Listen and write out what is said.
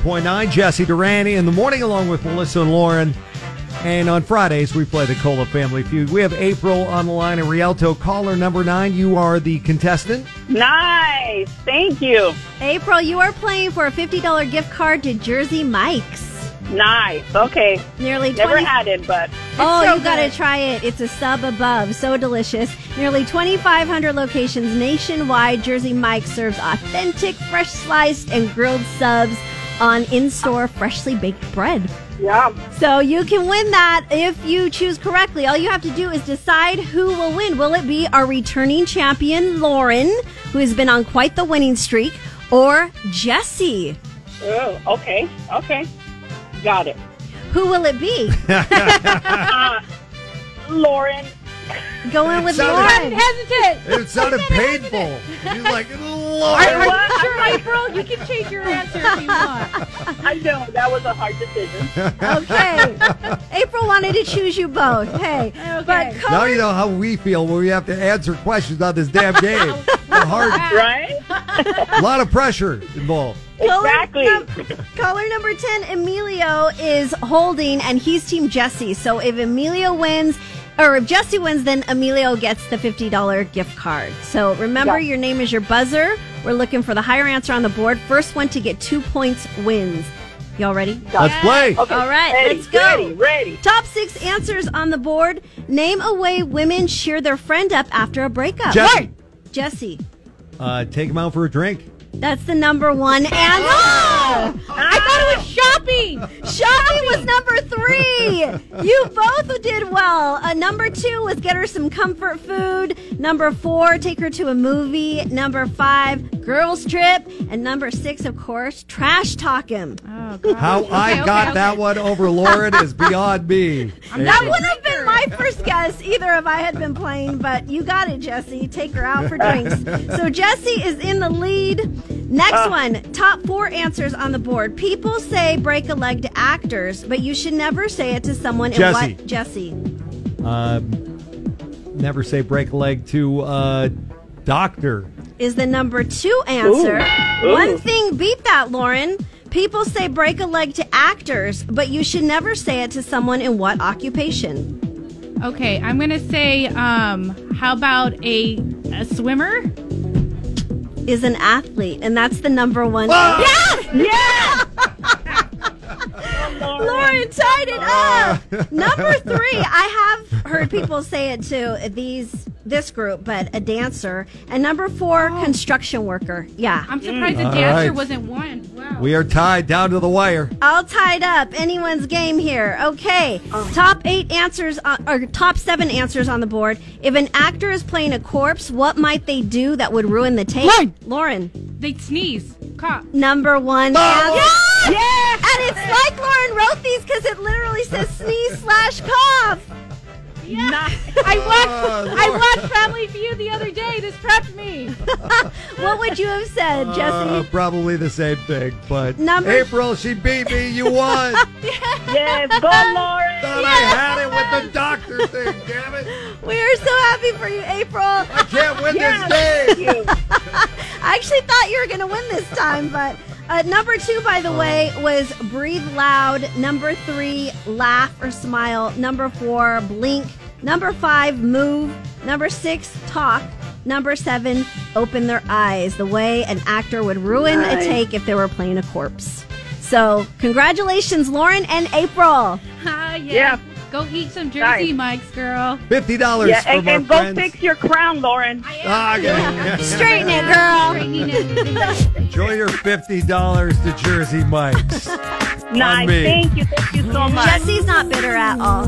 9.9, Jesse Durani in the morning, along with Melissa and Lauren. And on Fridays, we play the Cola Family Feud. We have April on the line in Rialto. Caller number nine, you are the contestant. Nice. Thank you. April, you are playing for a $50 gift card to Jersey Mike's. Nice. Okay. Nearly 20. Never had it, but oh, It's so you got to good. try it. It's a sub above. So delicious. Nearly 2,500 locations nationwide, Jersey Mike's serves authentic, fresh sliced, and grilled subs on in store, freshly baked bread. Yeah. So you can win that if you choose correctly. All you have to do is decide who will win. Will it be our returning champion, Lauren, who has been on quite the winning streak, or Jesse? Oh, okay. Okay. Got it. Who will it be? Lauren. Going with Sounded- Lauren. hesitant. It sounded painful. You're like, I, Lord. was- I, April, you can change your answer if you want. I know that was a hard decision. Okay. April wanted to choose you both. Hey. But Okay. Now caller, you know how we feel when we have to answer questions on this damn game. A hard, Right? a lot of pressure involved. Exactly. Color, number 10, Emilio, is holding, and he's Team Jesse. So if Emilio wins, or if Jesse wins, then Emilio gets the $50 gift card. So remember, Yeah. your name is your buzzer. We're looking for the higher answer on the board. First one to get two points wins. Y'all ready? Let's play. Okay. All right, Ready, let's go. Ready. Ready. Top six answers on the board. Name a way women cheer their friend up after a breakup. Jesse, Jesse. uh, take him out for a drink. That's the number one answer. Ah. I thought it was shopping. Shopping was number three. You both did well. Uh, number two was get her some comfort food. Number four, take her to a movie. Number five, girls trip. And number six, of course, trash talk him. Oh, How I got that one over Lauren is beyond me. That April. would have been my first guess either if I had been playing, but you got it, Jesse. Take her out for drinks. So Jesse is in the lead. Ah. Next one, top four answers on the board. People say break a leg to actors, but you should never say it to someone. in Jesse. what- Jesse. Um, never say break a leg to uh, doctor. is the number two answer. Ooh. One thing beat that, Lauren. People say break a leg to actors, but you should never say it to someone in what occupation? Okay, I'm gonna say, um, how about a, a swimmer? Is an athlete, and that's the number one. Whoa! Yes! Yeah! Lauren. Lauren tied it up. Number three, I have heard people say it to these this group, but a dancer. And number four, construction worker. Yeah. I'm surprised All a dancer right. wasn't one. Wow. Mm, We are tied down to the wire. all tied up. Anyone's game here. Okay. Top eight answers, on, or top seven answers on the board. If an actor is playing a corpse, what might they do that would ruin the tape? Lauren. Lauren, They sneeze. Cop. number one. Oh. answer. And it's like Lauren wrote these because it literally says sneeze slash cough. Not- I watched. Oh, I Lord. watched Family Feud the other day. This prepped me. What would you have said, Uh, Jesse? probably the same thing, but Number- April, she beat me. You won. Yes. Go, Lauren. Thought I had it with the doctor thing. Damn it! We are so happy for you, April. I can't win Yes. this game. Thank you. I actually thought you were going to win this time, but uh, number two, by the way, was breathe loud. Number three, laugh or smile. Number four, blink. Number five, move. Number six, talk. Number seven, open their eyes. The way an actor would ruin Nice. a take if they were playing a corpse. So, congratulations, Lauren and April. Ah, yeah. Yeah. Go eat some Jersey Mike's, girl. Fifty dollars Yeah, from and, and our go friends. fix your crown, Lauren. Ah, okay. Straighten it, girl. Straightening it. Enjoy your fifty dollars to Jersey Mike's. Nice. me. Thank you. Thank you so much. Jesse's not bitter at all.